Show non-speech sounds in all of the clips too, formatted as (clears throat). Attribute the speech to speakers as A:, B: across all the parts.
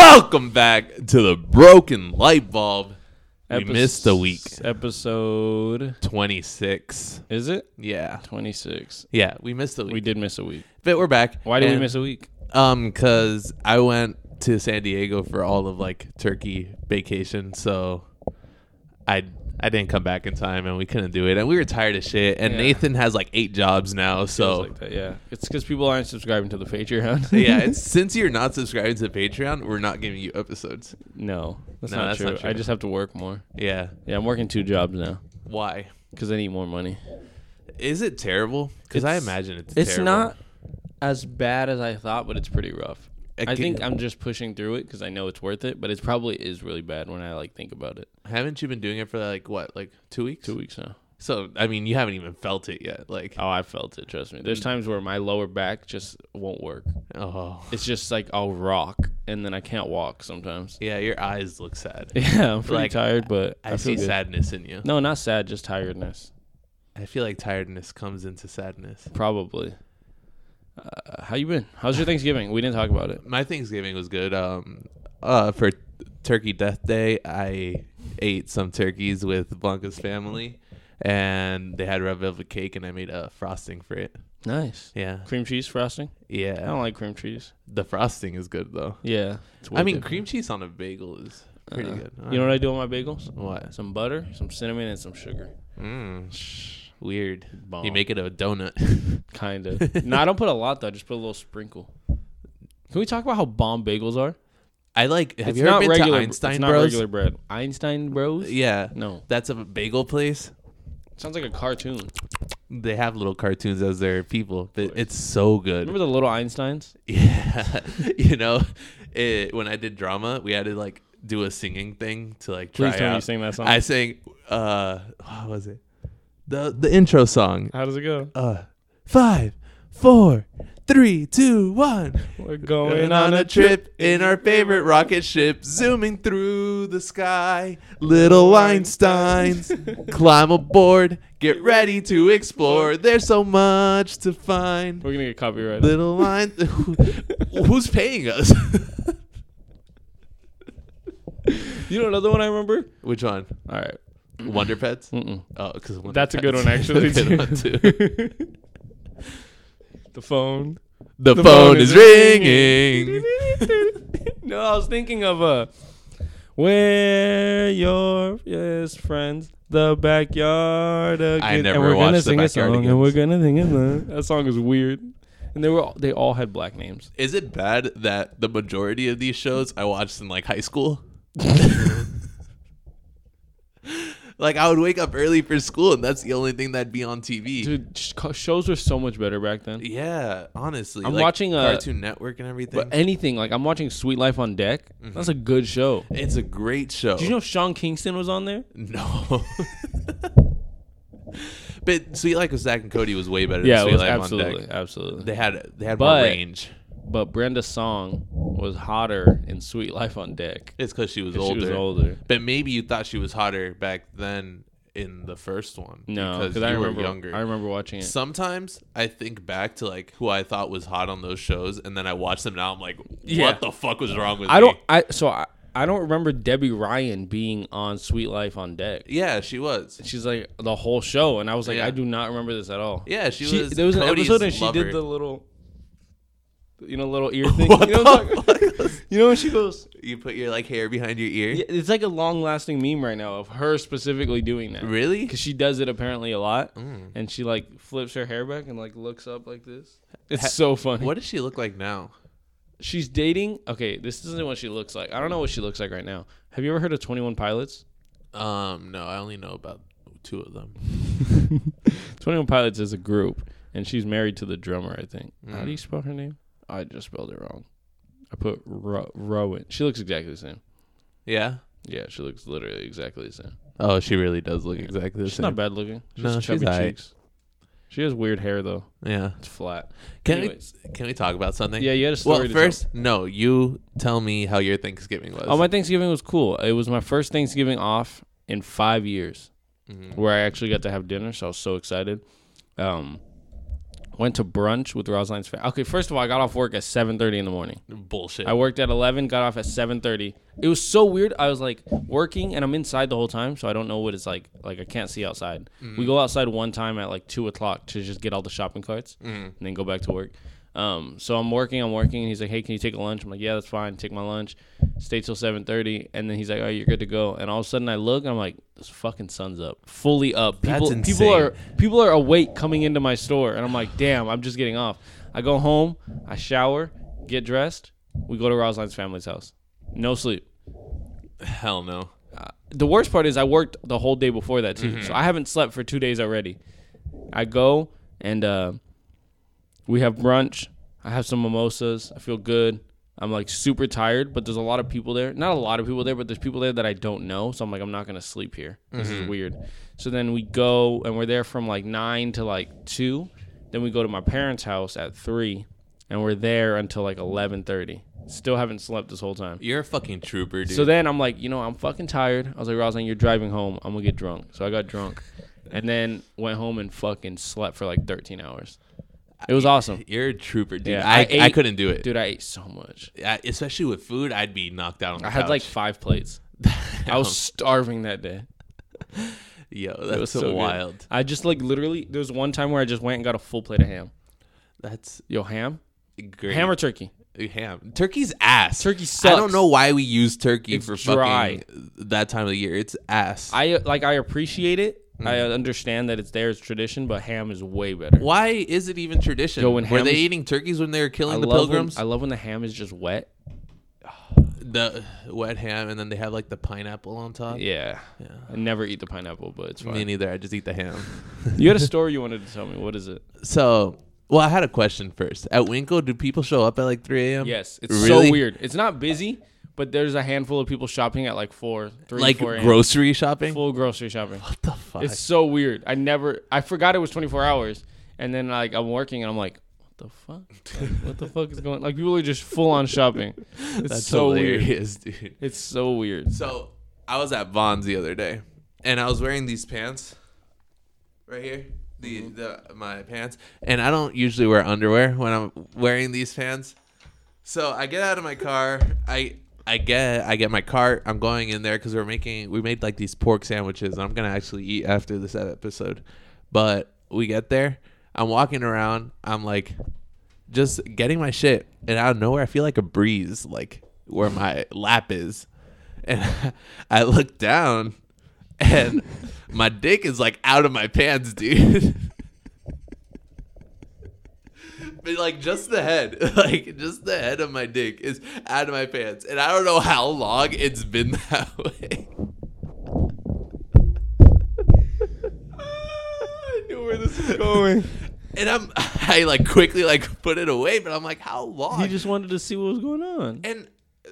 A: Welcome back to the broken light bulb. We
B: Epis-
A: missed a week.
B: Episode
A: 26.
B: is it
A: Yeah.
B: twenty six?
A: Yeah, we missed a week.
B: We did miss a week.
A: but we're back.
B: Why did we
A: And,
B: miss a week?
A: Um, cause I went to San Diego for all of like turkey vacation, so I I didn't come back in time and we couldn't do it. And we were tired of shit. And
B: Yeah.
A: Nathan has like eight jobs now,
B: It
A: so
B: was like that, yeah, it's because people aren't subscribing to the (laughs) Patreon.
A: (laughs) yeah, it's, since you're not subscribing to Patreon, we're not giving you episodes.
B: no, that's,
A: No,
B: not,
A: that's
B: true.
A: not true.
B: I just have to work more.
A: Yeah.
B: Yeah, I'm working two jobs now
A: Why?
B: because I need more money.
A: Is it terrible? Because I
B: It's-
A: imagine it's
B: It's
A: terrible.
B: not as bad as I thought, but it's pretty rough. I
A: Again-
B: think I'm just pushing through it because I know it's worth it, but it probably is really bad when I like think about it.
A: Haven't you been doing it for like what, like two weeks?
B: Two weeks now.
A: So I mean, you haven't even felt it yet. Like,
B: Oh, I felt it. Trust me. There's times where my lower back just won't work.
A: oh,
B: It's just like I'll rock and then I can't walk sometimes.
A: yeah, your eyes look sad.
B: (laughs) Yeah, I'm pretty
A: Like,
B: tired, but
A: I,
B: (laughs) I, feel
A: see
B: good.
A: sadness in you.
B: No, not sad, just tiredness.
A: I feel like tiredness comes into sadness.
B: Probably. Uh, how you been? How's your Thanksgiving? We didn't talk about it.
A: My Thanksgiving was good. Um, uh, for Turkey Death Day, I ate some turkeys with Blanca's family, and they had red velvet cake, and I made a frosting for it.
B: Nice.
A: Yeah,
B: Cream cheese frosting? I
A: yeah.
B: don't like cream cheese.
A: The frosting is good though.
B: Yeah. It's way
A: I mean,
B: different. Uh,
A: cream cheese on a bagel is pretty good.
B: you know what I do on my bagels?
A: what?
B: Some butter, some cinnamon, and some sugar.
A: Mm, shh, weird. You
B: Bomb.
A: make it a donut. (laughs)
B: Kind of. no, I don't put a lot though. I just put a little sprinkle. Can we talk about how bomb bagels are?
A: I like. Have you ever been
B: regular.
A: to Einstein
B: it's not
A: Bros?
B: regular bread. Einstein Bros.
A: Yeah,
B: No,
A: that's a bagel place.
B: sounds like a cartoon.
A: They have little cartoons as their people, but it's so good.
B: Remember the little Einsteins?
A: Yeah, (laughs) you know, it, when I did drama, we had to like do a singing thing to like try
B: Please tell
A: out.
B: me you sing that song.
A: I sang. Uh, what was it? The the intro song.
B: how does it go?
A: Uh, five, four, three, two, one.
B: We're
A: Going on a trip in our favorite rocket ship, zooming through the sky. Little Einsteins, climb aboard, get ready to explore. There's so much to find.
B: We're gonna get copyrighted.
A: Little (laughs) Einstein, who's paying us? (laughs)
B: you know another one I remember?
A: Which one?
B: All right,
A: Wonder Pets?
B: Mm-mm.
A: Oh, because
B: that's a
A: (laughs)
B: good one actually.
A: the,
B: too.
A: too.
B: (laughs) the phone.
A: the,
B: The
A: phone, is ringing.
B: (laughs) no, I was thinking of uh, where your yes friends, the backyard. Again.
A: I never
B: and we're
A: watched
B: gonna
A: The
B: sing a
A: Backyard
B: song,
A: Agains.
B: and we're gonna sing it. uh, That song is weird, and they were all, they all had black names.
A: Is it bad that the majority of these shows I watched in like high
B: (laughs)
A: school? like I would wake up early for school and that's the only thing that'd be on TV.
B: Dude, sh- shows were so much better back then.
A: Yeah, honestly.
B: I'm
A: like,
B: watching, uh,
A: Cartoon Network and everything.
B: But anything like I'm watching Sweet Life on Deck.
A: Mm-hmm.
B: That's a good show.
A: it's a great show.
B: Did you know Sean Kingston was on there?
A: (laughs) No. but Sweet Like with Zach and Cody was way better than
B: Yeah, it
A: Sweet
B: was
A: Life on
B: absolutely,
A: Deck.
B: absolutely.
A: They had they had more
B: But-
A: range.
B: but Brenda Song was hotter in Sweet Life on Deck.
A: It's because she was
B: She
A: older.
B: was older.
A: But maybe you thought she was hotter back then in the first one.
B: No, because
A: because
B: I
A: you
B: remember.
A: were younger.
B: I remember watching it.
A: Sometimes I think back to like who I thought was hot on those shows, and then I watch them now. I'm like, what
B: Yeah.
A: the fuck was wrong with
B: I
A: me?
B: don't. I so I, I don't remember Debbie Ryan being on Sweet Life on Deck.
A: Yeah, she was.
B: She's like the whole show, and I was like,
A: Yeah.
B: I do not remember this at all.
A: Yeah, she,
B: She-
A: was.
B: there was
A: Cody's
B: an episode and she
A: lover.
B: did the little, you know,
A: (laughs)
B: little ear thing.
A: What
B: you, know
A: the
B: what I'm talking- (laughs) you know when she goes,
A: You put your like hair behind your ear.
B: Yeah, it's like a long lasting meme right now of her specifically doing that.
A: Really?
B: Because she does it apparently a lot.
A: Mm.
B: And she like flips her hair back and like looks up like this. It's so funny.
A: What does she look like now?
B: She's dating. Okay, this isn't what she looks like. I don't know what she looks like right now. Have you ever heard of 21 Pilots?
A: Um, no, I only know about two of them.
B: 21 Pilots is a group. And she's married to the drummer, I think. How do you spell her name? Mm. I just spelled it wrong. I put Ro- Rowan. She looks exactly the same.
A: Yeah.
B: Yeah, she looks literally exactly the same.
A: Oh, she really does look exactly the
B: She's not bad looking. She's
A: No, she's
B: chubby
A: aight.
B: cheeks. She has weird hair though.
A: Yeah.
B: It's flat.
A: Can
B: Anyways.
A: we can we talk about something?
B: Yeah, you had a story.
A: Well,
B: to
A: first, no. You tell me how your Thanksgiving was.
B: tell. oh, my Thanksgiving was cool. It was my first Thanksgiving off in five years,
A: Mhm.
B: Mm-hmm. where I actually got to have dinner. So I was so excited. Um, Went to brunch with Rosaline's family. Okay, first of all, I got off work at 7:30 in the morning.
A: Bullshit.
B: I worked at 11, got off at 7:30. It was so weird. I was like working and I'm inside the whole time, so I don't know what it's like. Like I can't see outside. We go outside one time at like two o'clock to just get all the shopping carts and then go back to work. Um, so I'm working, I'm working, and he's like, "Hey, can you take a lunch?" I'm like, "Yeah, that's fine. Take my lunch. Stay till 7:30." And then he's like, "All right, you're good to go." And all of a sudden, I look, and I'm like, "This fucking sun's up, fully up.
A: That's
B: People,
A: insane.
B: people are people are awake coming into my store and i'm like damn i'm just getting off i go home i shower get dressed we go to rosaline's family's house no sleep
A: Hell no.
B: the worst part is i worked the whole day before that too so i haven't slept for two days already i go and uh, we have brunch i have some mimosas i feel good i'm like super tired but there's a lot of people there not a lot of people there but there's people there that i don't know so i'm like i'm not gonna sleep here this is weird so then we go and we're there from like nine to like two then we go to my parents house at three and we're there until like 11.30 still haven't slept this whole time
A: You're a fucking trooper, dude.
B: so then I'm like, you know, I'm fucking tired. I was like, Roslyn, you're driving home. I'm gonna get drunk. So I
A: (laughs)
B: got drunk, and then went home and fucking slept for like 13 hours. It was
A: (laughs)
B: awesome,
A: You're a trooper, dude.
B: Yeah,
A: I, I,
B: I ate-
A: couldn't do it.
B: dude. I ate so much.
A: I- especially with food, I'd be knocked out on the
B: I had like five plates.
A: (laughs)
B: I was starving that day.
A: Yo,
B: It
A: that's
B: was
A: so,
B: so good.
A: wild.
B: I just like literally. There was one time where I just went and got a full plate of ham.
A: That's
B: Yo, ham,
A: great.
B: ham or turkey?
A: ham. Turkey's ass.
B: Turkey
A: I
B: sucks.
A: don't know why we use turkey
B: It's
A: for
B: dry.
A: fucking that time of the year. It's ass.
B: I uh, like. I appreciate it. I
A: Mm.
B: understand that it's there. It's tradition, but ham is way better.
A: why is it even tradition?
B: Yo, when
A: were
B: ham
A: they
B: is-
A: eating turkeys when they were killing
B: I
A: the
B: love
A: pilgrims?
B: When, I love when the ham is just wet.
A: the wet ham, and then they have like the pineapple on top.
B: Yeah. I never eat the pineapple, but it's fine.
A: Me neither. I just eat the ham.
B: You
A: (laughs)
B: had a story you wanted to tell me. What is it?
A: so, well, I had a question first. At Winko, do people show up at like 3 a.m.?
B: Yes, it's
A: Really?
B: so weird. It's not busy, but there's a handful of people shopping at like four, three,
A: Like
B: four 4 a.m.
A: grocery shopping?
B: full grocery shopping.
A: what the fuck?
B: It's so weird. I never, I forgot it was 24 hours, and then like I'm working and I'm like, what the fuck? Like, what the fuck is going? Like people are just full
A: (laughs)
B: on shopping. It's
A: That's
B: so weird.
A: hilarious, dude.
B: It's so weird.
A: So I was at Vaughn's the other day, and I was wearing these pants right here. The, the my pants, and I don't usually wear underwear when I'm wearing these pants. So I get out of my car. I I get I get my cart. I'm going in there because we're making we made like these pork sandwiches. And I'm gonna actually eat after this episode, but we get there. I'm walking around. I'm like, just getting my shit, and out of nowhere, I feel like a breeze, like where my lap is, and (laughs) I look down, (laughs) and my dick is like out of my pants, dude. (laughs) But like just the head, (laughs) like just the head of my dick is out of my pants, and I don't know how long it's been (laughs) that way. I knew where this was
B: Going.
A: and I'm (laughs) I like quickly like put it away, but I'm like, how long?
B: He just wanted to see what was going on.
A: and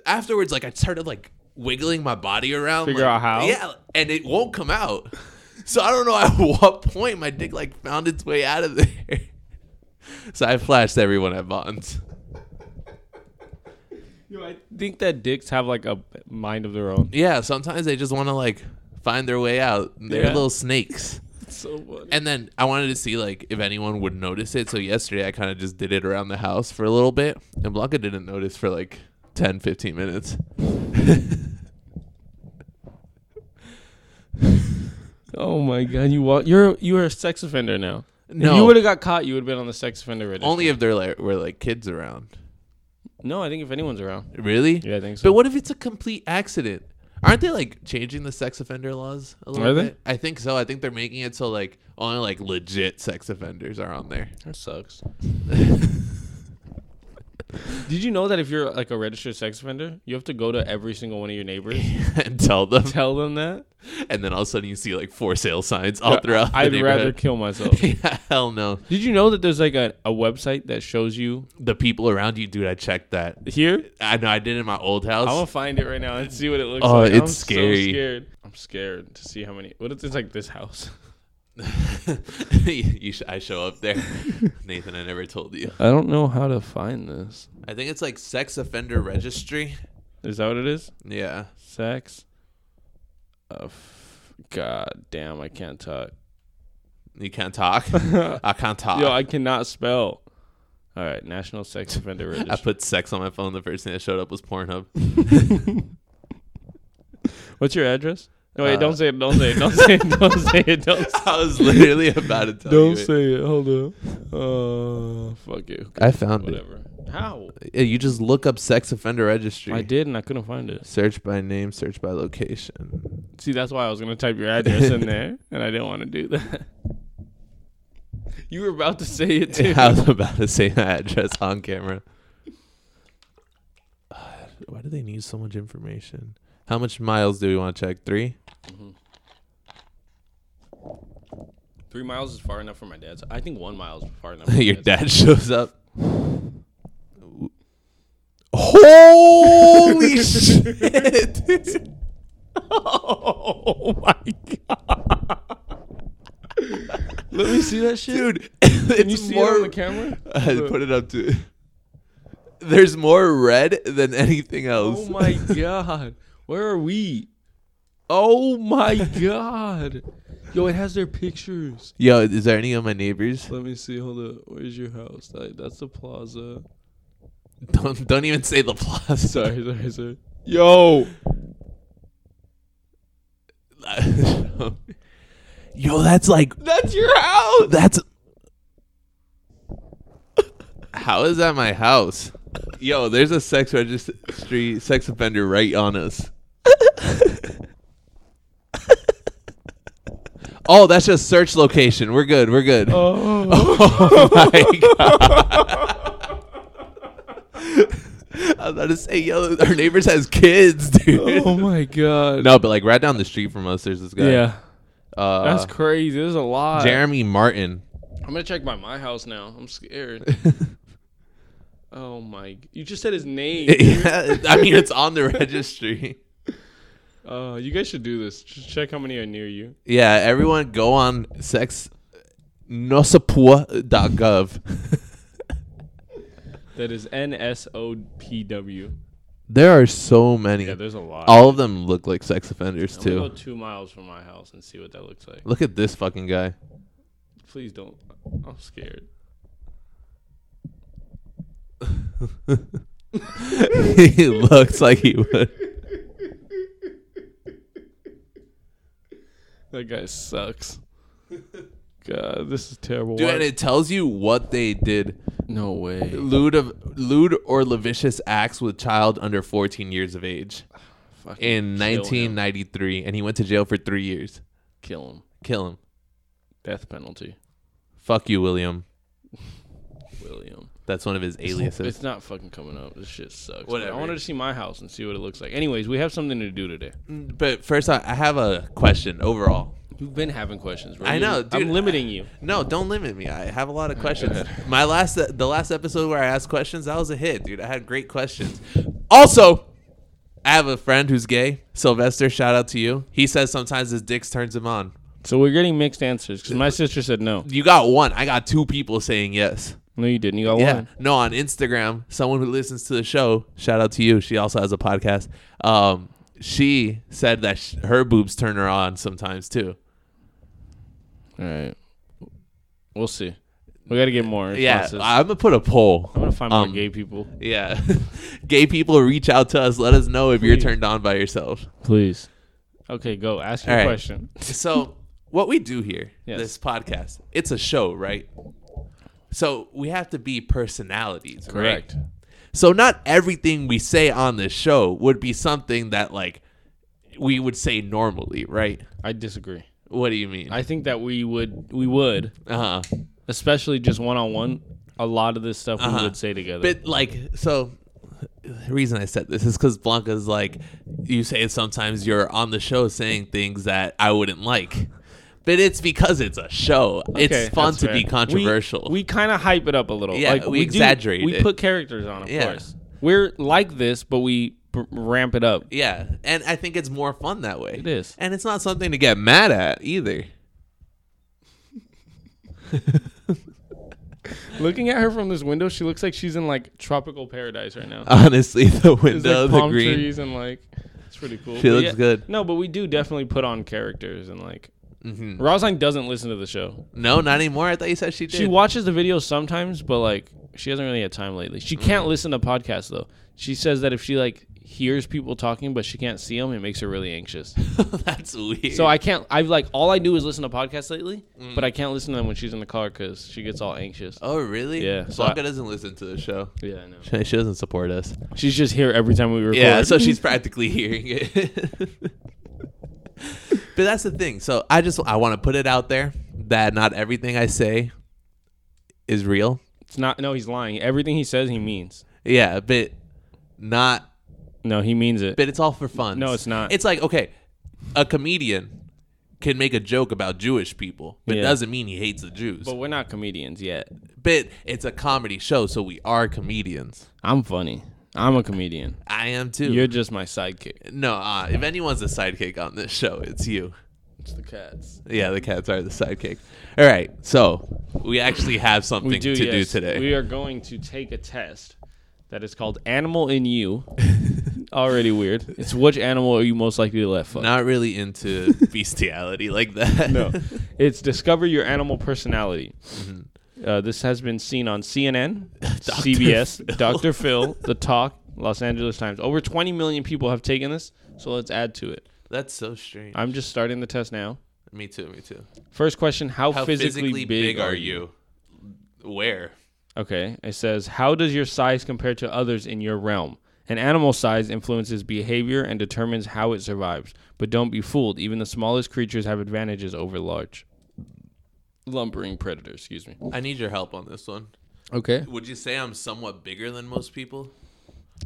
A: afterwards, like I started like wiggling my body around,
B: Figure
A: like-
B: out how?
A: yeah, and it won't come out. (laughs) So I don't know at (laughs) what point my dick like found its way out of there. (laughs) So I flashed everyone at Vaughn's.
B: I think that dicks have like a mind of their own.
A: Yeah, sometimes they just want to like find their way out. They're
B: Yeah.
A: little snakes.
B: It's so funny.
A: And then I wanted to see like if anyone would notice it. So yesterday I kind of just did it around the house for a little bit, and Blanca didn't notice for like 10, 15 minutes.
B: Oh my god, you wa- you're you're a sex offender now.
A: No.
B: if you would have got caught, you would have been on the sex offender register.
A: Only if they're like were like kids around.
B: no, I think if anyone's around.
A: Really?
B: Yeah, I think so.
A: But what if it's a complete accident? Aren't they like changing the sex offender laws a little
B: Are they?
A: bit? I think so. I think they're making it so like only like legit sex offenders are on
B: (laughs)
A: there.
B: that sucks. Did you know that if you're like a registered sex offender, you have to go to every single one of your neighbors, (laughs)
A: and tell them,
B: tell them that?
A: and then all of a sudden you see like for sale signs all throughout.
B: I'd
A: the
B: rather
A: neighborhood.
B: kill
A: (laughs)
B: myself. (laughs)
A: yeah, hell no.
B: Did you know that there's like a, a website that shows you
A: The people around you, dude. I checked that.
B: here?
A: I know I did in my old house.
B: I'm
A: (laughs)
B: gonna find it right now and see what it looks
A: Oh,
B: like.
A: it's
B: I'm so
A: scary.
B: scared. I'm scared to see how many. What if it's like this house?
A: you sh- I show
B: (laughs)
A: up there. Nathan, I never told you.
B: I don't know how to find this.
A: I think it's like sex offender registry.
B: Is that what it is?
A: Yeah.
B: sex. Uh, f- God damn, I can't talk.
A: You can't
B: (laughs)
A: talk. I can't talk.
B: Yo,
A: I,
B: I cannot spell. All right, National Sex (laughs) Offender Registry.
A: put sex on my phone. The first thing that showed up was Pornhub. (laughs)
B: What's your address? No, wait,
A: Uh,
B: don't say it. Don't say it. Don't say it. Don't say it. Don't. Say
A: I was literally about to
B: (laughs)
A: tell you. it.
B: it. Hold on. Oh, fuck you.
A: I found
B: Whatever. How?
A: it. Yeah, You just look up sex offender registry.
B: I did, and I couldn't find it.
A: Search by name, search by location.
B: (laughs) See, that's why I was gonna type (laughs) your address in there, and I didn't want to do that. You were about to say it (laughs) too.
A: I was about to say my address on camera. (sighs) Uh, Why do they need so much information? How much miles do we want to check? Three? (laughs)
B: Three miles is far enough for my dad's. I think one mile is far (laughs) enough.
A: Your dad shows up.
B: (laughs)
A: Holy shit! (laughs)
B: Oh my god! Let me see that shit.
A: Dude,
B: (laughs) Can you
A: it's
B: see it on
A: more.
B: the
A: (laughs)
B: camera?
A: I put it up to. (laughs) There's more red than anything else.
B: Oh my god! Where are we? Oh my god! Yo, it has their pictures.
A: (laughs) Yo, is there any of my neighbors? (laughs)
B: Let me see. Hold up. Where's your house? Like, that's the plaza.
A: Don't don't even say the (laughs) plus.
B: Sorry, sorry, sorry. Yo,
A: (laughs) Yo, that's like
B: that's your house.
A: that's. How is that my house? Yo, there's a sex registry sex offender right on (laughs) us. oh, that's just search location. We're good. We're good.
B: Oh,
A: (laughs)
B: (laughs)
A: Oh my god. (laughs) I was about to say, yo, our neighbors has kids, dude.
B: oh my god.
A: No, but like right down the street from us, there's this guy.
B: Yeah,
A: uh,
B: that's crazy. There's a lot.
A: Jeremy
B: (laughs)
A: Martin. (laughs)
B: I'm gonna check by my house now. I'm scared. oh my! You just said his name.
A: (laughs) yeah, I mean, it's on the registry.
B: uh, you guys should do this. Just check how many are near you.
A: Yeah, everyone go on
B: (laughs)
A: sexnosapua.gov.
B: That is N S O P W.
A: There are so many.
B: Yeah, there's a lot.
A: All of them look like sex offenders
B: I'm gonna
A: too.
B: go two miles from my house and see what that looks like.
A: Look at this fucking
B: (laughs)
A: guy.
B: Please don't. I'm scared.
A: he looks like he would.
B: That
A: (laughs)
B: guy sucks. God, this is terrible.
A: Dude,
B: Why-
A: and it tells you what they did.
B: no way.
A: Lewd, of, lewd or lascivious acts with child under 14 years of age
B: (sighs) Fucking
A: in
B: kill him.
A: 1993, and he went to jail for three years.
B: Kill him.
A: Kill him.
B: Death penalty.
A: Fuck you, William.
B: William.
A: That's one of (laughs) his aliases.
B: It's not fucking coming up. This shit sucks. man.
A: Whatever.
B: I wanted to see my house and see what it looks like. Anyways, we have something to do today.
A: mm, But first, I, I have a question overall.
B: You've been having questions. Bro.
A: I
B: You-
A: know, dude.
B: I'm limiting you.
A: No, don't limit me. I have a lot of questions. My last, uh, the last episode where I asked questions, that was a hit, dude. I had great questions. Also, I have a friend who's gay, Sylvester. Shout out to you. He says sometimes his dicks turns him on.
B: So we're getting mixed answers because my sister said no.
A: You got one. I got two people saying yes.
B: No, you didn't. You got
A: Yeah.
B: one.
A: No, on Instagram, someone who listens to the show, shout out to you. She also has a podcast. Um, she said that sh- her boobs turn her on sometimes too.
B: All right. We'll see. We got to get more
A: Yeah,
B: responses.
A: I'm gonna put a poll.
B: I'm going to find more
A: um,
B: gay people.
A: Yeah, (laughs) gay people reach out to us. Let us know if you're
B: Please.
A: turned on by yourself.
B: Please. Okay, go. Ask your
A: All right.
B: question.
A: So, what we do here,
B: Yes.
A: this podcast, it's a show, right? So we have to be personalities, right?
B: Correct.
A: So not everything we say on this show would be something that like we would say normally, right?
B: I disagree.
A: What do you mean?
B: I think that we would, we would,
A: Uh huh.
B: especially just one on one, a lot of this stuff we would say together.
A: Uh-huh. But like, so the reason I said this is because Blanca's like, you say sometimes you're on the show saying things that I wouldn't like, but it's because it's a show.
B: Okay,
A: it's fun
B: that's
A: to
B: fair.
A: be controversial.
B: We, kind of hype it up a little.
A: Yeah,
B: like,
A: we
B: do-
A: exaggerate
B: we
A: it.
B: put characters on, of
A: Yeah.
B: course. We're like this, but we b- ramp it up.
A: yeah, and I think it's more fun that way.
B: It is.
A: and it's not something to get mad at either. (laughs)
B: Looking at her from this window, she looks like she's in like tropical paradise right now.
A: Honestly, the
B: There's
A: window,
B: like
A: the
B: palm
A: green.
B: trees and like it's pretty cool.
A: She
B: But
A: looks good.
B: No, but we do definitely put on characters and like
A: Mhm.
B: Rosalind doesn't listen to the show.
A: No, not anymore. I thought you said she did.
B: She watches the videos sometimes, but like she hasn't really had time lately. She can't
A: Mm-hmm.
B: listen to podcasts though. She says that if she like hears people talking but she can't see them, it makes her really anxious.
A: (laughs) That's weird.
B: so I can't. I've like all I do is listen to podcasts lately, but I can't listen to them when she's in the car because she gets all anxious.
A: Mm-hmm. Oh, really?
B: Yeah, so
A: Blanca
B: I-
A: doesn't listen to the show.
B: Yeah, I know.
A: She doesn't support us.
B: She's just here every time we record.
A: Yeah,
B: (laughs)
A: so she's practically hearing it. (laughs) but that's the thing. So I just I want to put it out there that not everything I say is real.
B: it's not. No, he's lying. Everything he says, he means.
A: Yeah, but not
B: No, he means it.
A: but it's all for fun.
B: No, it's not.
A: It's like okay, a comedian can make a joke about Jewish people, but
B: Yeah.
A: doesn't mean he hates the Jews.
B: But we're not comedians yet.
A: but it's a comedy show, so we are comedians.
B: I'm funny. I'm a comedian.
A: I am too.
B: You're just my sidekick.
A: no, uh, if anyone's a sidekick on this show, it's you.
B: It's the cats.
A: Yeah, the cats are the sidekick. All right, so we actually have something
B: We do
A: to do
B: yes.
A: today.
B: We are going to take a test that is called "Animal
A: (laughs)
B: in You." Already weird. It's which animal are you most likely to let fuck?
A: Not really
B: (laughs)
A: into bestiality like that.
B: No, it's discover your animal personality. Uh, this has been seen on (laughs) CNN, CBS, Dr. Phil, The Talk, Los Angeles Times. Over 20 million people have taken this, so let's add to it.
A: (laughs) That's so strange.
B: I'm just starting the test now.
A: me too, me too.
B: First question: How,
A: How
B: physically, big,
A: are you? Where?
B: Okay, it says, How does your size compare to others in your realm? An animal size influences behavior and determines how it survives. But don't be fooled, even the smallest creatures have advantages over large. Lumbering predators, excuse me.
A: I need your help on this one.
B: Okay.
A: Would you say I'm somewhat bigger than most people?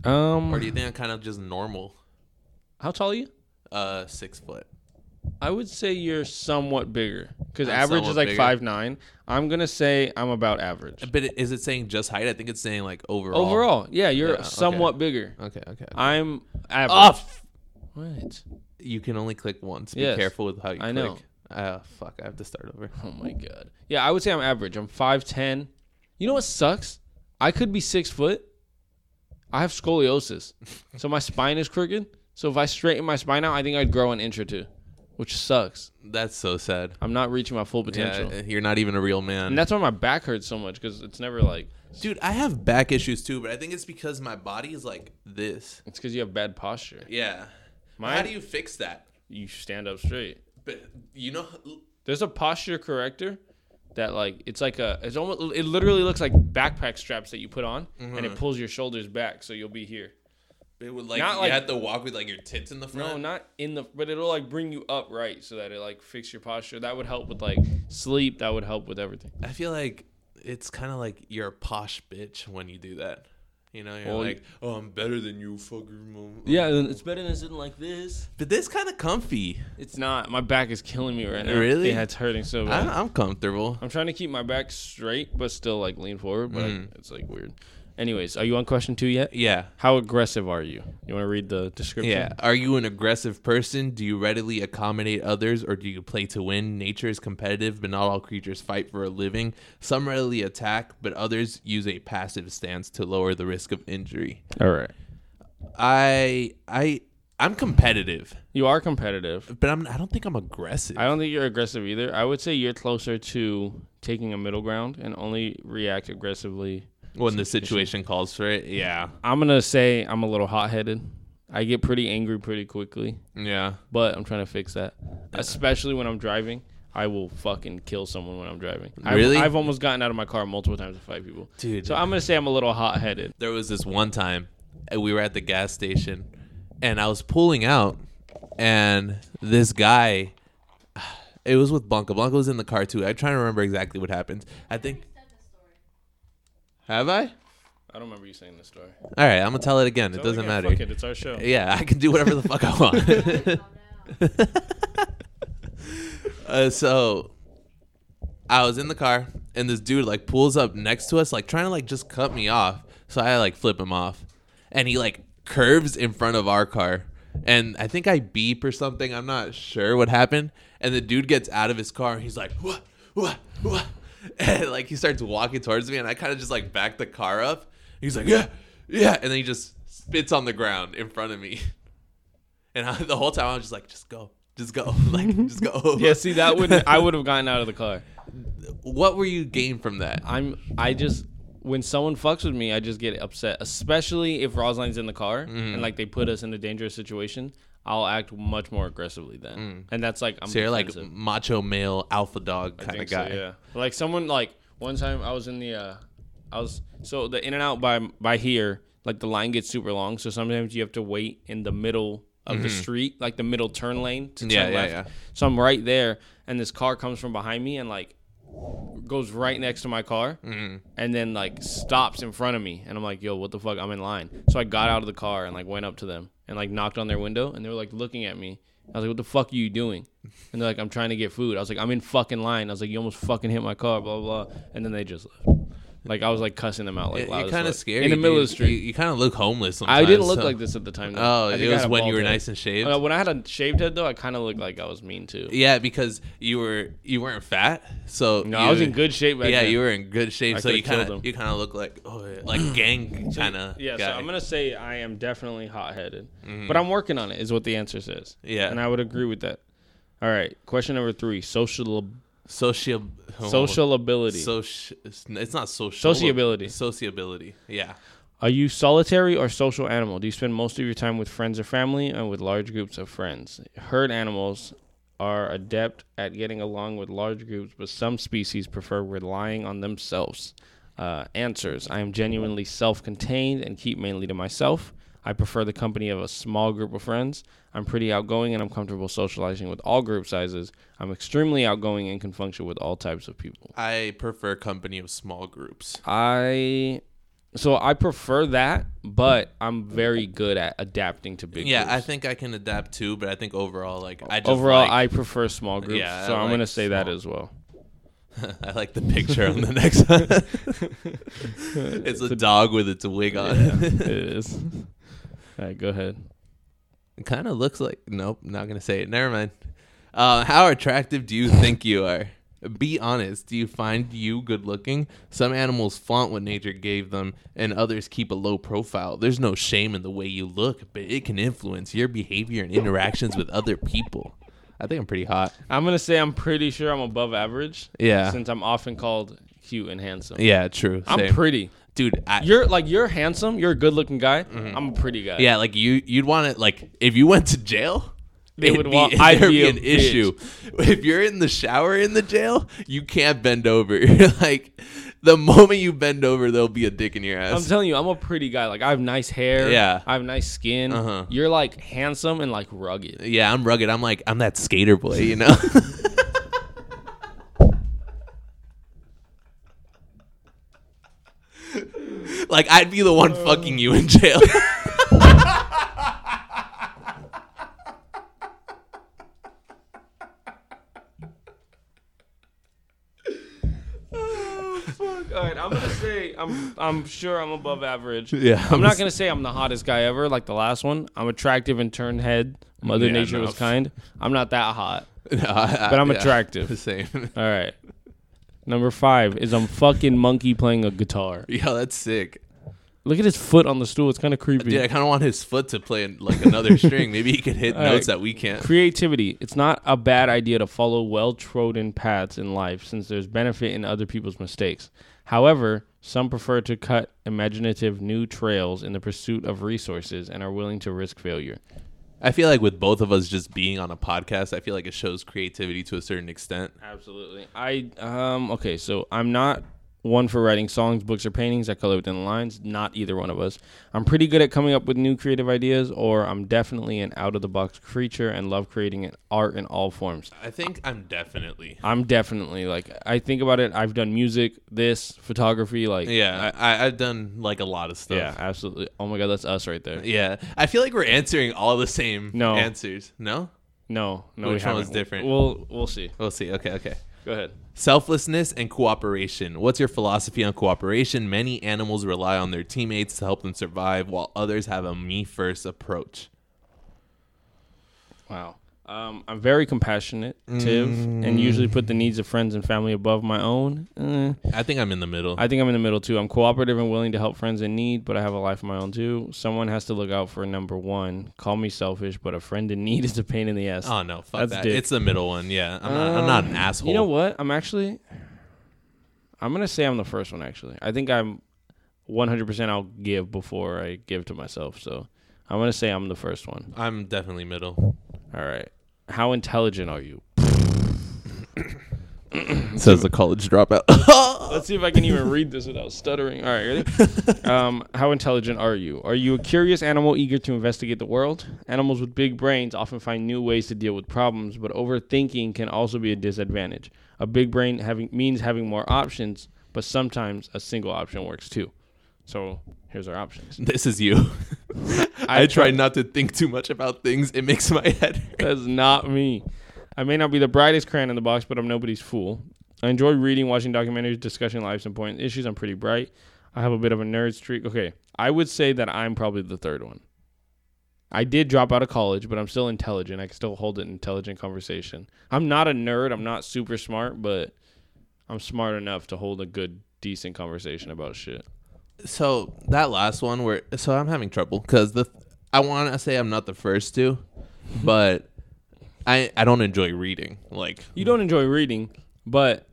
A: Or
B: Um
A: do you think I'm kind of just normal?
B: how tall are you?
A: Uh, six foot.
B: I would say you're somewhat bigger. Because
A: I'm
B: average is
A: somewhat
B: like
A: bigger.
B: five nine. I'm gonna say I'm about average.
A: But it- is it saying just height? I think it's saying like overall.
B: Overall, yeah, you're
A: Yeah, okay.
B: somewhat bigger.
A: Okay, okay.
B: I'm average.
A: Off.
B: What?
A: You can only click once. Be
B: Yes.
A: careful with how you
B: I
A: click.
B: know.
A: Uh, fuck, I have to start
B: (laughs)
A: over.
B: Oh my god. Yeah, I would say I'm average. I'm five ten. You know what sucks? I could be six foot. I have scoliosis, so my spine is crooked. So if I straighten my spine out, I think I'd grow an inch or two, which sucks.
A: That's so sad.
B: I'm not reaching my full potential,
A: Yeah, you're not even a real man.
B: and that's why my back hurts so much because it's never like
A: Dude, I have back issues too, but I think it's because my body is like this.
B: it's because you have bad posture.
A: Yeah.
B: Mine-
A: How do you fix that?
B: You stand up straight.
A: But you know,
B: There's a posture corrector that like it's like a it's almost it literally looks like backpack straps that you put on and it pulls your shoulders back so you'll be here.
A: it would like
B: Not
A: you
B: like-
A: have to walk with like your tits in the front.
B: No, not in the, but it'll like bring you up right so that it like fix your posture. That would help with like sleep. That would help with everything.
A: I feel like it's kind of like you're a posh bitch when you do that. You know, you're
B: Well,
A: like, oh, I'm better than you, fucker. mom."
B: it's better than sitting like this.
A: but this kind of comfy.
B: It's not. My back is killing me right now.
A: Really?
B: Yeah, it's hurting so bad.
A: I, I'm comfortable.
B: I'm trying to keep my back straight, but still like lean forward. But I- it's like weird. Anyways, are you on question two yet?
A: Yeah.
B: How aggressive are you? You want to read the description?
A: Yeah. Are you an aggressive person? Do you readily accommodate others or do you play to win? Nature is competitive, but not all creatures fight for a living. Some readily attack, but others use a passive stance to lower the risk of injury.
B: All right.
A: I I I'm competitive,
B: You are competitive.
A: but I'm I don't think I'm aggressive.
B: I don't think you're aggressive either. I would say you're closer to taking a middle ground and only react aggressively
A: when the situation calls for it. Yeah.
B: I'm gonna say I'm a little hot headed. I get pretty angry pretty quickly,
A: Yeah.
B: but I'm trying to fix that. Especially when I'm driving, I will fucking kill someone when I'm driving. I've-
A: Really?
B: I've, almost gotten out of my car multiple times to fight people.
A: Dude.
B: So I'm gonna say I'm a little hot headed.
A: there was this one time uh, we were at the gas station and I was pulling out and this guy (sighs) it was with Blanca. Blanca was in the car too. I'm trying to remember exactly what happened. I think have I?
B: I don't remember you saying this story.
A: All right, I'm gonna tell it again. It doesn't matter.
B: Fuck it, it's our show.
A: Yeah, I can do whatever the fuck I want. (laughs) uh, so I was in the car and this dude like pulls up next to us, like trying to like just cut me off. So I like flip him off and he like curves in front of our car. And I think I beep or something. I'm not sure what happened. And the dude gets out of his car. And he's like, what, what, what? (laughs) And like he starts walking towards me. And I kind of just like back the car up. He's like, yeah, yeah. And then (laughs) he just spits on the ground in front of me. And I, the whole time I was just like, just go, Just go, (laughs) like, just go over. (laughs)
B: Yeah, see that would (laughs) I would have gotten out of the car.
A: What were you gain from that?
B: I'm I just when someone fucks with me, I just get upset, especially if Rosaline's in the car
A: Mm-hmm.
B: and like they put us in a dangerous situation. I'll act much more aggressively then, and that's like I'm
A: Mm. So you're like
B: defensive.
A: macho male alpha dog
B: I
A: kind of
B: think so,
A: guy.
B: yeah, like someone like one time I was in the uh, I was so the in and out by by here like the line gets super long, so sometimes you have to wait in the middle of the street, like the middle turn lane to
A: Mm-hmm.
B: turn
A: Yeah, yeah,
B: left.
A: yeah.
B: So I'm right there, and this car comes from behind me and like goes right next to my car,
A: Mm-hmm.
B: and then like stops in front of me, and I'm like, "Yo, what the fuck? I'm in line." So I got out of the car and like went up to them and like knocked on their window, and they were like looking at me. I was like, "What the fuck are you doing?" And they're like, "I'm trying to get food." I was like, "I'm in fucking line." I was like, "You almost fucking hit my car." Blah blah. blah. And then they just left. Like I was like cussing them out like loud.
A: You're
B: as
A: kind of
B: fuck.
A: scary
B: in the middle
A: dude.
B: of the street.
A: You, you kind of look homeless. Sometimes,
B: I didn't look
A: so-
B: like this at the time. though.
A: Oh,
B: I
A: it
B: think I
A: was
B: had a
A: when you
B: bald
A: were
B: head.
A: nice and shaved.
B: Uh, when I had a shaved head though, I kind of looked like I was mean too.
A: yeah, because you were you weren't fat, so
B: No,
A: you,
B: I was in good shape. Back
A: yeah,
B: then.
A: you were in good shape,
B: I
A: so you
B: could've killed
A: kind
B: him.
A: of you kind of look like oh, yeah,
B: (clears throat)
A: like gang kind of
B: Yeah,
A: guy.
B: so I'm gonna say I am definitely hot headed, but I'm working on it. Is what the answer says.
A: Yeah.
B: and I would agree with that. All right, question number three: social
A: social
B: sociability.
A: Soci- it's not social
B: Sociability.
A: sociability yeah
B: Are you solitary or social animal? Do you spend most of your time with friends or family and with large groups of friends? Herd animals are adept at getting along with large groups, but some species prefer relying on themselves. Uh, answers I am genuinely self contained and keep mainly to myself. I prefer the company of a small group of friends. I'm pretty outgoing and I'm comfortable socializing with all group sizes. I'm extremely outgoing and can function with all types of people.
A: i prefer company of small groups
B: I so I prefer that, but I'm very good at adapting to big
A: yeah
B: groups.
A: i think i can adapt too but i think overall like i just
B: Overall,
A: like,
B: I prefer small groups,
A: Yeah,
B: so
A: I
B: I'm gonna
A: like
B: say that as well.
A: (laughs) I like the picture on the next (laughs) one. it's a dog with its wig on.
B: It is. All right, go ahead.
A: (laughs) it kind of looks like. Nope, not gonna say it. Never mind. Uh, how attractive do you think you are? Be honest. Do you find you good looking? Some animals flaunt what nature gave them, and others keep a low profile. There's no shame in the way you look, but it can influence your behavior and interactions with other people. I think I'm pretty hot.
B: I'm gonna say I'm pretty sure I'm above average.
A: Yeah.
B: Since I'm often called cute and handsome.
A: Yeah, true.
B: I'm
A: same.
B: pretty.
A: dude. I,
B: You're like you're handsome. You're a good-looking guy. I'm a pretty guy.
A: Mm-hmm. Yeah, like you you'd want to like if you went to jail,
B: They
A: it'd
B: would
A: (laughs)
B: want- I'd
A: there'd
B: be a bitch.
A: If you're in the shower in the jail, you can't bend over. (laughs) like the moment you bend over, there'll be a dick in your
B: I'm
A: ass.
B: telling you, I'm a pretty guy. Like I have nice hair.
A: Yeah.
B: I have nice skin.
A: Uh-huh.
B: You're like handsome and like rugged.
A: yeah, I'm rugged. I'm like I'm that skater boy, you know. (laughs) like I'd be the
B: Uh.
A: one fucking you in jail. (laughs)
B: All right, I'm gonna say I'm I'm sure I'm above average.
A: Yeah,
B: I'm,
A: I'm
B: not
A: s-
B: gonna say I'm the hottest guy ever, like the last one. I'm attractive and turned head. Mother
A: Yeah,
B: Nature was
A: enough.
B: kind. I'm not that hot.
A: No, (laughs) I- I-
B: But I'm
A: yeah,
B: attractive.
A: (laughs) Same.
B: All right. Number five is I'm fucking monkey playing a guitar.
A: Yo, that's sick.
B: Look at his foot on the stool. It's kind of creepy.
A: Dude, I kind of want his foot to play in, like
B: (laughs)
A: another string. Maybe he could hit
B: right.
A: notes that we can't.
B: Creativity. It's not a bad idea to follow well trodden paths in life since there's benefit in other people's mistakes. However, some prefer to cut imaginative new trails in the pursuit of resources and are willing to risk failure.
A: I feel like with both of us just being on a podcast, I feel like it shows creativity to a certain extent.
B: Absolutely. I um okay, so I'm not one for writing songs, books, or paintings. I color within the lines. Not either one of us. I'm pretty good at coming up with new creative ideas, or I'm definitely an out of the box creature and love creating an art in all forms.
A: I think I'm definitely.
B: I'm definitely like I think about it. I've done music, this photography, like
A: Yeah, I, I, I've done like a lot of stuff.
B: yeah, absolutely. Oh my god, that's us right there.
A: Yeah. I feel like we're answering all the same
B: No.
A: answers. No?
B: No, no,
A: Which
B: we
A: one was
B: haven't.
A: different?
B: We'll we'll see.
A: We'll see. Okay, okay.
B: Go ahead.
A: Selflessness and cooperation. What's your philosophy on cooperation? Many animals rely on their teammates to help them survive, while others have a me first approach.
B: Wow. Uh, Um, I'm very compassionate, Tiv,
A: Mm.
B: and usually put the needs of friends and family above my own. Eh.
A: I think I'm in the middle.
B: I think I'm in the middle too. I'm cooperative and willing to help friends in need, but I have a life of my own too. Someone has to look out for number one. Call me selfish, but a friend in need (laughs) is a pain in the ass.
A: oh no, fuck
B: That's
A: that.
B: dick. Um,
A: It's the middle one. Yeah, I'm not. I'm not an asshole.
B: You know what? I'm actually. I'm gonna say I'm the first one. Actually, I think I'm 100. percent I'll give before I give to myself. So I'm gonna say I'm the first one.
A: I'm definitely middle.
B: All right. How intelligent are you?
A: Says the college dropout. (laughs)
B: Let's see if I can even read this without stuttering. All right, ready? um, how intelligent are you? Are you a curious animal eager to investigate the world? Animals with big brains often find new ways to deal with problems, but overthinking can also be a disadvantage. A big brain having means having more options, but sometimes a single option works too. So here's our options.
A: this is
B: (laughs)
A: you. I, try not to think too much about things. It makes my (laughs) head. hurt.
B: (laughs) That's not me. I may not be the brightest crayon in the box, but I'm nobody's fool. I enjoy reading, watching documentaries, discussing life's important issues. I'm pretty bright. I have a bit of a nerd streak. Okay, I would say that I'm probably the third one. I did drop out of college, but I'm still intelligent. I can still hold an intelligent conversation. I'm not a nerd. I'm not super smart, but I'm smart enough to hold a good, decent conversation about shit.
A: So that last one, where so I'm having trouble because the I want to say I'm not the first to, but I I don't enjoy reading. Like
B: You don't enjoy reading, but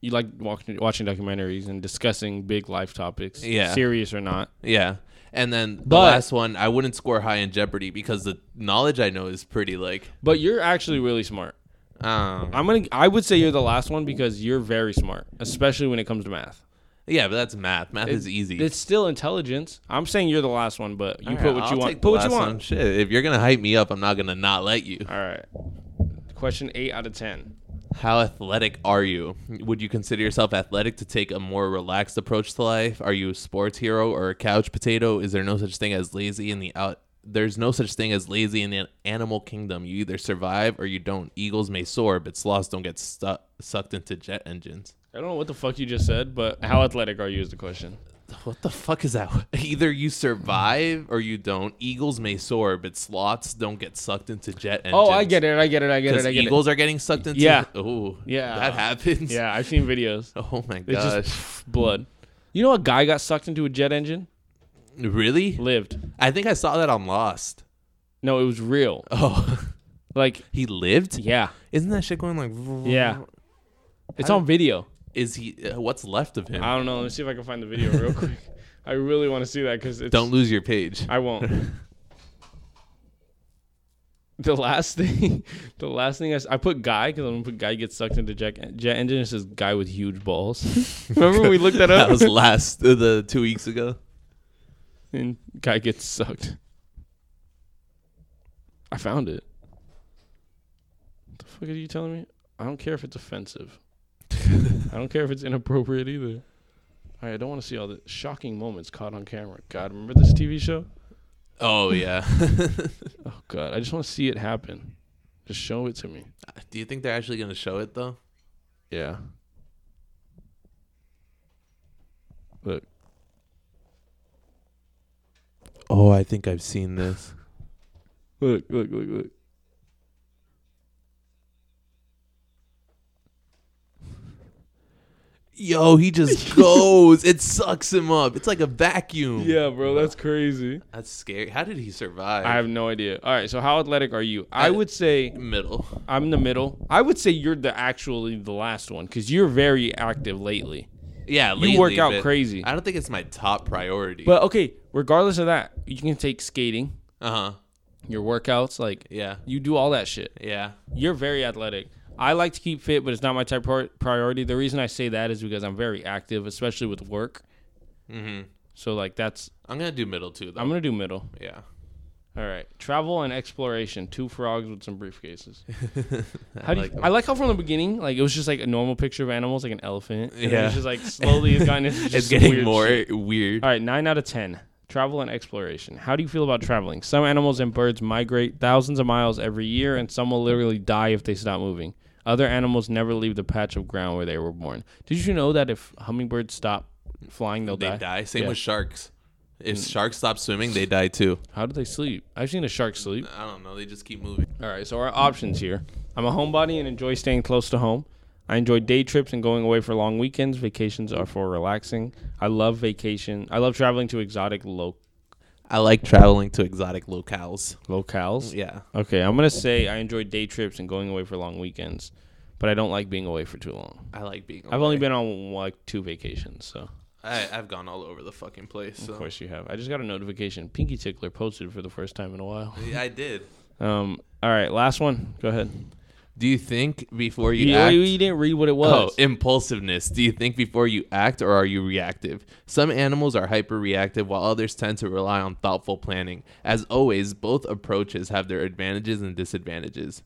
B: you like watching, watching documentaries and discussing big life topics,
A: Yeah.
B: serious or not.
A: yeah. And then the
B: But-
A: last one, I wouldn't score high in Jeopardy because the knowledge I know is pretty like.
B: But you're actually really smart.
A: Um,
B: I'm gonna. I would say you're the last one because you're very smart, especially when it comes to math.
A: yeah, but that's math. Math is easy.
B: It's still intelligence. I'm saying you're the last one, but you
A: All
B: put
A: right,
B: what
A: I'll
B: you
A: take
B: want.
A: the
B: Put what you
A: last
B: want.
A: one. Shit, if you're gonna hype me up, I'm not gonna not let you.
B: All right. Question eight out of ten.
A: How athletic are you? Would you consider yourself athletic to take a more relaxed approach to life? Are you a sports hero or a couch potato? Is there no such thing as lazy in the out? There's no such thing as lazy in the animal kingdom. You either survive or you don't. Eagles may soar, but sloths don't get stu- sucked into jet engines. (laughs)
B: I don't know what the fuck you just said, but how athletic are you is the question.
A: What the fuck is that? (laughs) Either you survive or you don't. Eagles may soar, but sloths don't get sucked into jet engines.
B: Oh, I get it. I get it. I get it.
A: Because
B: I get
A: eagles are getting sucked into.
B: Yeah.
A: Oh,
B: Yeah.
A: That happens.
B: it. Yeah, I've seen videos.
A: (laughs) Oh my
B: It's
A: gosh.
B: just blood. You know, a guy got sucked into a jet engine,
A: Really?
B: lived.
A: I think I saw that on Lost. (laughs)
B: No, it was real.
A: Oh,
B: Like,
A: he lived?
B: yeah,
A: Isn't that shit going like?
B: yeah. It's on video.
A: Is he? Uh, what's left of him?
B: I don't know. Let me see if I can find the video (laughs) real quick. I really want to see that because it's.
A: don't lose your
B: (laughs)
A: page.
B: I
A: (laughs)
B: won't. the last thing, (laughs) the last thing I, s- I put guy because I'm gonna put guy gets sucked into jet jet engine. It says guy with
A: (laughs)
B: huge balls. Remember when we looked that up?
A: that was last uh, the two weeks ago.
B: and guy gets sucked. I found it. The fuck are you telling me? I don't care if it's (laughs) offensive. I don't care if it's inappropriate either. All right, I don't want to see all the shocking moments caught on camera. God, remember this TV show?
A: Oh yeah. (laughs)
B: Oh God, I just want to see it happen. Just show it to me.
A: Do you think they're actually gonna show it though?
B: Yeah. Look,
A: Oh, I think I've seen this.
B: look, look, look, look.
A: Yo, he
B: (laughs)
A: just goes. It sucks him up. It's like a vacuum.
B: Yeah, bro, that's crazy.
A: That's scary. How did he survive?
B: I have no idea. All right, so how athletic are you? I would say
A: middle.
B: I'm the middle. I would say you're the actually the last one because you're very active lately.
A: Yeah,
B: You work
A: lately,
B: out
A: but
B: crazy.
A: I don't think it's my top priority.
B: But okay, regardless of that, you can take skating,
A: uh huh.
B: your workouts, like
A: Yeah.
B: you do all that shit.
A: Yeah.
B: You're very athletic. I like to keep fit, but it's not my type prior- priority. The reason I say that is because I'm very active, especially with work.
A: Mm-hmm.
B: So like that's
A: I'm gonna do middle too though.
B: I'm gonna do middle.
A: yeah.
B: All right, travel and exploration. Two frogs with
A: (laughs)
B: some briefcases. How do you,
A: like them.
B: I like how from the beginning, like it was just like a normal picture of animals, like an elephant. And yeah,
A: Yeah.
B: it's just like slowly
A: (laughs)
B: it's gotten into just
A: It's
B: some
A: getting
B: weird
A: more
B: shit.
A: weird.
B: All right, nine out of ten. Travel and exploration. How do you feel about traveling? Some animals and birds migrate thousands of miles every year, and some will literally die if they stop moving. Other animals never leave the patch of ground where they were born. Did you know that if hummingbirds stop flying, they'll
A: They die. Same
B: Yeah. Mm.
A: with sharks. If sharks stop swimming, they die too.
B: How do they sleep? I've seen a shark sleep.
A: I don't know. They just keep moving.
B: All right, so our options here. I'm a homebody and enjoy staying close to home. I enjoy day trips and going away for long weekends. Vacations are for relaxing. I love vacation. I love traveling to exotic lo-
A: I like traveling to exotic locales.
B: locales.
A: Yeah.
B: Okay, I'm going to say I enjoy day trips and going away for long weekends, but I don't like being away for too long.
A: I like being.
B: I've only been on like two vacations, so
A: I, I've gone all over the fucking place.
B: of
A: So
B: course you have. I just got a notification. Pinky Tickler posted for the first time in a while.
A: Yeah, I did.
B: Um, all right, last one. Go ahead.
A: Do you think before you,
B: You,
A: act?
B: you, you didn't read what it was.
A: Oh, impulsiveness. Do you think before you act or are you reactive? Some animals are hyperreactive while others tend to rely on thoughtful planning. As always, both approaches have their advantages and disadvantages.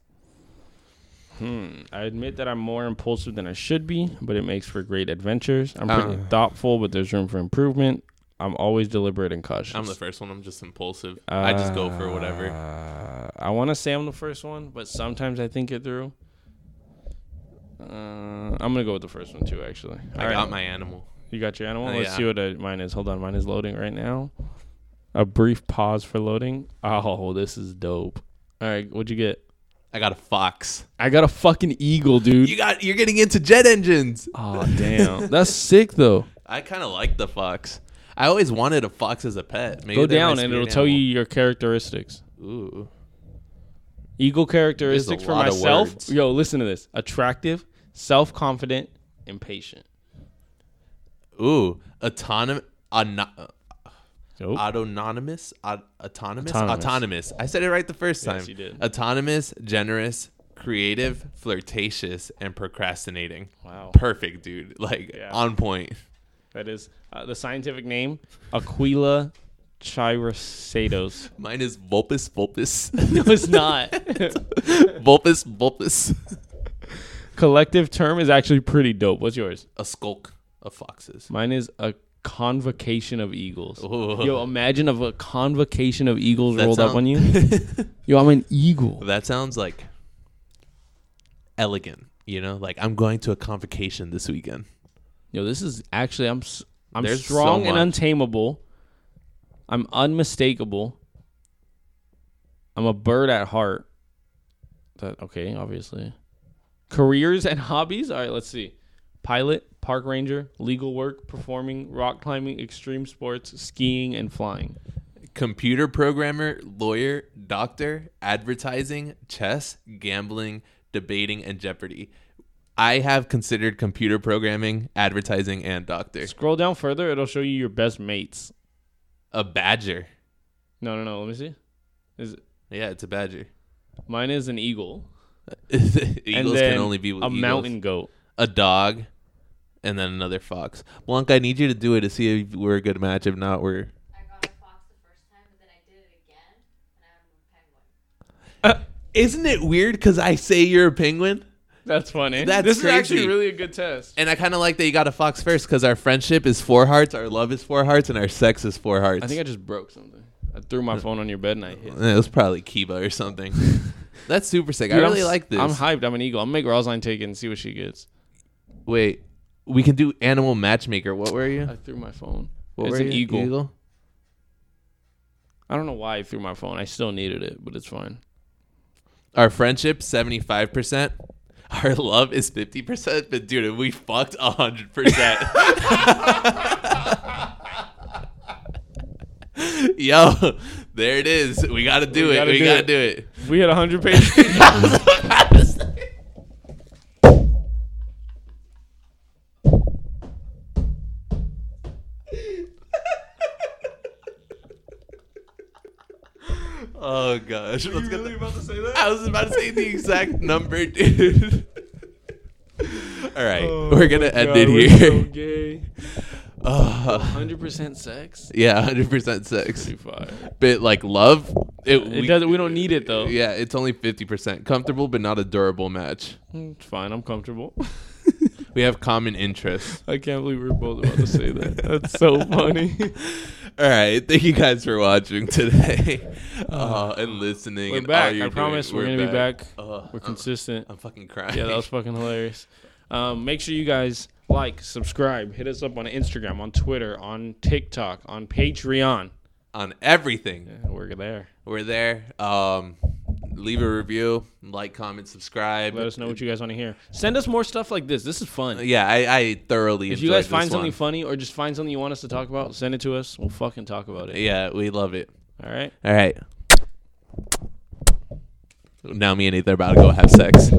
B: I admit that I'm more impulsive than I should be, but it makes for great adventures. I'm
A: Uh.
B: pretty thoughtful, but there's room for improvement. I'm always deliberate and cautious.
A: I'm the first one. I'm just impulsive. I just go for whatever.
B: Uh, I want to say I'm the first one, but sometimes I think it through. Uh, I'm gonna go with the first one too. Actually,
A: I
B: All right.
A: got my animal.
B: You got your animal.
A: Uh,
B: Let's
A: yeah.
B: see what uh mine is. Hold on, mine is loading right now. A brief pause for loading. Oh, this is dope. All right, what'd you get?
A: I got a fox.
B: I got a fucking eagle, dude.
A: You got. You're getting into jet engines.
B: oh damn, that's sick though.
A: I kind of like the fox. I always wanted a fox as a pet. Maybe
B: Go
A: they're my
B: down and it'll
A: spirit
B: tell you
A: animal.
B: your characteristics.
A: Ooh.
B: Eagle characteristics for
A: lot of
B: myself.
A: words.
B: Yo, listen to this. Attractive, self confident, impatient.
A: Ooh. Autonomous.
B: Nope.
A: autonomous, aut- autonomous,
B: Autonomous.
A: autonomous, I said it right the first time.
B: you did.
A: Autonomous, generous, creative, flirtatious, and procrastinating.
B: Wow.
A: Perfect, dude. Like
B: Yeah.
A: on point.
B: That is uh, the scientific name Aquila
A: (laughs)
B: chirosatos.
A: Mine is Vulpus Vulpus. (laughs)
B: no, it's not.
A: Vulpus Vulpus.
B: (laughs) Collective term is actually pretty dope. What's yours?
A: A skulk of foxes.
B: Mine is a convocation of eagles.
A: Ooh.
B: Yo, imagine of a convocation of eagles
A: That
B: rolled up
A: sound-
B: on you.
A: (laughs)
B: Yo, I'm an eagle.
A: that sounds like elegant, you know? Like I'm going to a convocation this weekend.
B: Yo, this is actually I'm s- I'm
A: There's so
B: strong and
A: much.
B: untamable. I'm unmistakable. I'm a bird at heart. That okay, obviously. Careers and (laughs) hobbies. All right, let's see. Pilot, park ranger, legal work, performing, rock climbing, extreme sports, skiing, and flying.
A: computer programmer, lawyer, doctor, advertising, chess, gambling, debating, and Jeopardy. I have considered computer programming, advertising, and doctor.
B: Scroll down further; it'll show you your best mates.
A: A badger.
B: No, no, no. Let me see. Is
A: Yeah, it's a badger. (laughs)
B: mine is an eagle,
A: eagles
B: and then
A: can only be with
B: a
A: eagles.
B: mountain goat.
A: a dog, and then another fox. Blanca, I need you to do it to see if we're a good match. If not, we're
C: I got a fox the first time, but then I did it again, and I'm a penguin.
A: Isn't it weird? Because I say you're a penguin,
B: That's funny.
A: That's
B: this is actually
A: crazy.
B: really a good test.
A: and I kind of like that you got a fox first. Because our friendship is four hearts, our love is four hearts, and our sex is four hearts.
B: I think I just broke something. I threw my phone on your bed and I hit.
A: Eh, It was probably Kiba or
B: (laughs)
A: something. That's super sick. I really like this.
B: I'm hyped. I'm an eagle. I'll make Rosalind take it and see what she gets.
A: Wait, we can do animal matchmaker. What were you?
B: I threw my phone.
A: What
B: it's
A: were
B: an
A: you?
B: eagle. I don't know why I threw my phone. I still needed it, but it's fine. (laughs)
A: Our friendship seventy five percent. (laughs) Our love is fifty percent. But dude, we fucked hundred percent. (laughs) Yo, there it is. We gotta do
B: We
A: it.
B: gotta
A: we
B: do
A: gotta
B: it.
A: do it.
B: We had 100 pages.
A: Oh gosh, let's get the-
B: to say that?
A: I was about to say the
B: (laughs)
A: exact number, dude. All right,
B: Oh
A: we're gonna end it here. (laughs) Ugh.
B: 100% (laughs) sex.
A: yeah, hundred percent sex.
B: Pretty fire.
A: But like love, it,
B: It doesn't. We don't need it though.
A: Yeah, it's only fifty percent comfortable, but not a durable match.
B: It's fine. I'm comfortable. (laughs)
A: We have common interests.
B: I can't believe we were both about to say that. That's so funny.
A: All right, thank you guys for watching
B: (laughs)
A: today uh, and listening.
B: We're
A: and all
B: back.
A: you're
B: I
A: doing.
B: promise. We're, gonna be back.
A: Ugh, I'm,
B: we're consistent.
A: I'm fucking crying.
B: Yeah, that was fucking hilarious. Um, make sure you guys like, subscribe, hit us up on Instagram, on Twitter, on TikTok, on Patreon.
A: (laughs) on everything.
B: Yeah, We're there.
A: We're there. Um, leave a review, like, comment, subscribe.
B: Let us know what you guys want to hear. Send us more stuff like this. This is fun.
A: Yeah, I, I thoroughly.
B: If
A: enjoyed
B: you guys
A: this
B: find
A: one.
B: something funny or just find something you want us to talk about, send it to us. We'll fucking talk about it.
A: yeah, we love it.
B: All right.
A: All right. Now me and Ethan are about to go have sex.